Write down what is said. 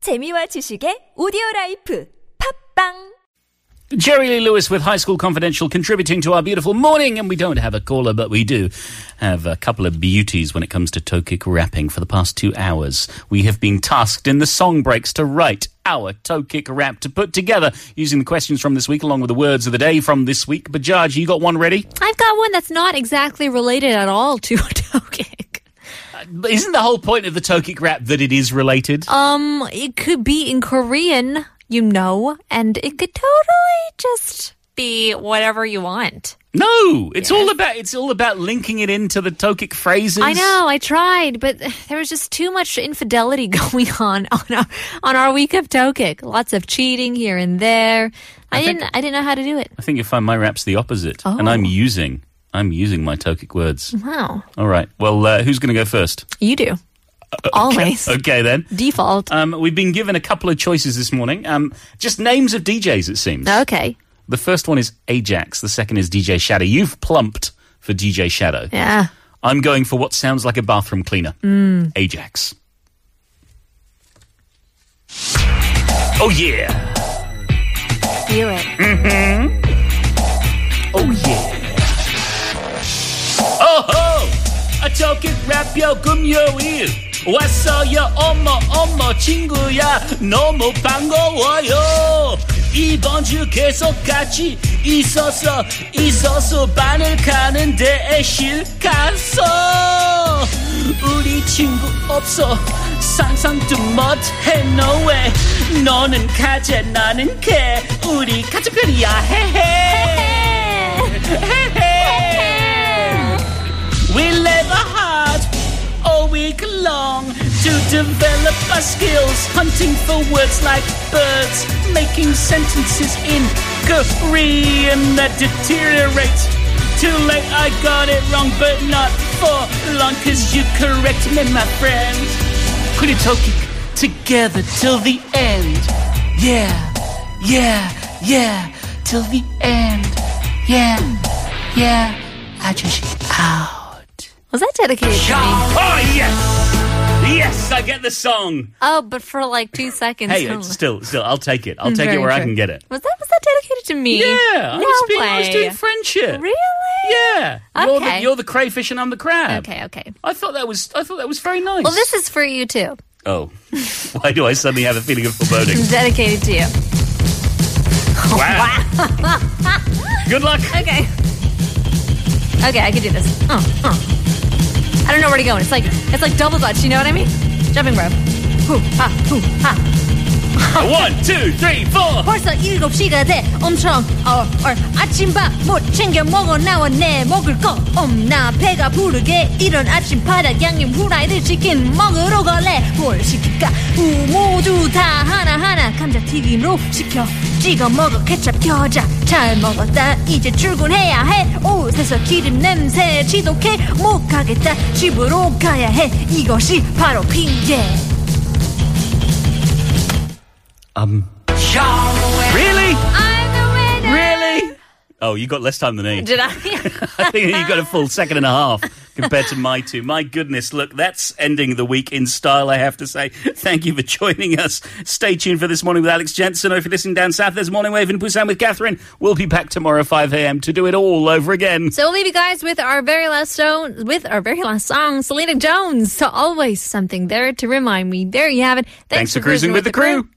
재미와 지식의 오디오 라이프 팝빵 Jerry Lee Lewis with High School Confidential contributing to our beautiful morning. And we don't have a caller, but we do have a couple of beauties when it comes to Tokik rapping. For the past two hours, we have been tasked in the song breaks to write our Tokik rap to put together using the questions from this week along with the words of the day from this week. Bajaj, you got one ready? I've got one that's not exactly related at all to a tokic. But Isn't the whole point of the Tokik rap that it is related? Um, it could be in Korean, you know, and it could totally just be whatever you want. no, it's all about it's all about linking it into the Tokik phrases. I know, I tried, but there was just too much infidelity going on on our on our week of tokic. Lots of cheating here and there. I, think- didn't I didn't know how to do it. I think you find my rap's the opposite, and Oh. I'm using I'm using my Tokic words. Wow, All right. Well, uh, who's going to go first? you do always Uh, Okay Uh, then. default. Um, we've been given a couple of choices this morning. Um, just names of DJs, it seems. okay, The first one is Ajax. The second is DJ Shadow. You've plumped for DJ Shadow. yeah. I'm going for what sounds like a bathroom cleaner. Ajax. Oh yeah. Do it. Oh yeah. Oh ho! I took it rap yo 금 yo 일. 왔어요 어머 어머 친구야 너무 반가워요. 이번 주 계속 같이 있어서 있어서 반을 가는데 실 갔어. 우리 친구 없어 상상도 못해 no way. 너는 가재 나는 개 우리 같은 편이야 헤헤. 헤헤. We labor hard all week long to develop our skills, hunting for words like birds, making sentences in Korean that deteriorate. Too late, I got it wrong, but not for long, cause you correct me, my friend. Kuritoki, together till the end. Yeah, yeah, yeah, till the end. Yeah, yeah, 아저씨 out. Was that dedicated to me? Oh yes, yes, I get the song. Oh, but for like two seconds. Hey, only. it's still, still, I'll take it. I'll take Very it where I true. can get it. Was that was that dedicated to me? Yeah, I no was being, way. I was doing friendship. really? Yeah, you're the Okay. you're the crayfish and I'm the crab. Okay, okay. I thought that was I thought that was very nice. Well, this is for you too. oh, why do I suddenly have a feeling of foreboding? Dedicated to you. wow. Good luck. Okay. Okay, I can do this. Uh, uh. I don't know where to go. It's like it's like double dutch. You know what I mean? Jumping rope. 후, 하, 후, 하. One, two, three, four. 벌써 7시가 돼 엄청 얼얼 아침밥 못 챙겨 먹어 나왔네 먹을 거 없나 배가 부르게 이런 아침바닥 양념 후라이드 치킨 먹으러 갈래 뭘 시킬까 우 모두 다 하나하나 감자튀김으로 시켜 찍어 먹어 케첩 겨자 잘 먹었다 이제 출근해야 해 옷에서 기름 냄새 지독해 못 가겠다 집으로 가야 해 이것이 바로 핑계 Um. Really? I'm the Really? Oh, you got less time than me. Did I? I think you got a full second and a half compared to my two. My goodness, look, that's ending the week in style, I have to say. Thank you for joining us. Stay tuned for This Morning with Alex Jensen. Or if you're listening down south, there's Morning Wave in Busan with Catherine. We'll be back tomorrow 5 a.m. to do it all over again. So we'll leave you guys with our very last song, with our very last song, Selena Jones. So always something there to remind me. There you have it. Thanks for cruising with the crew.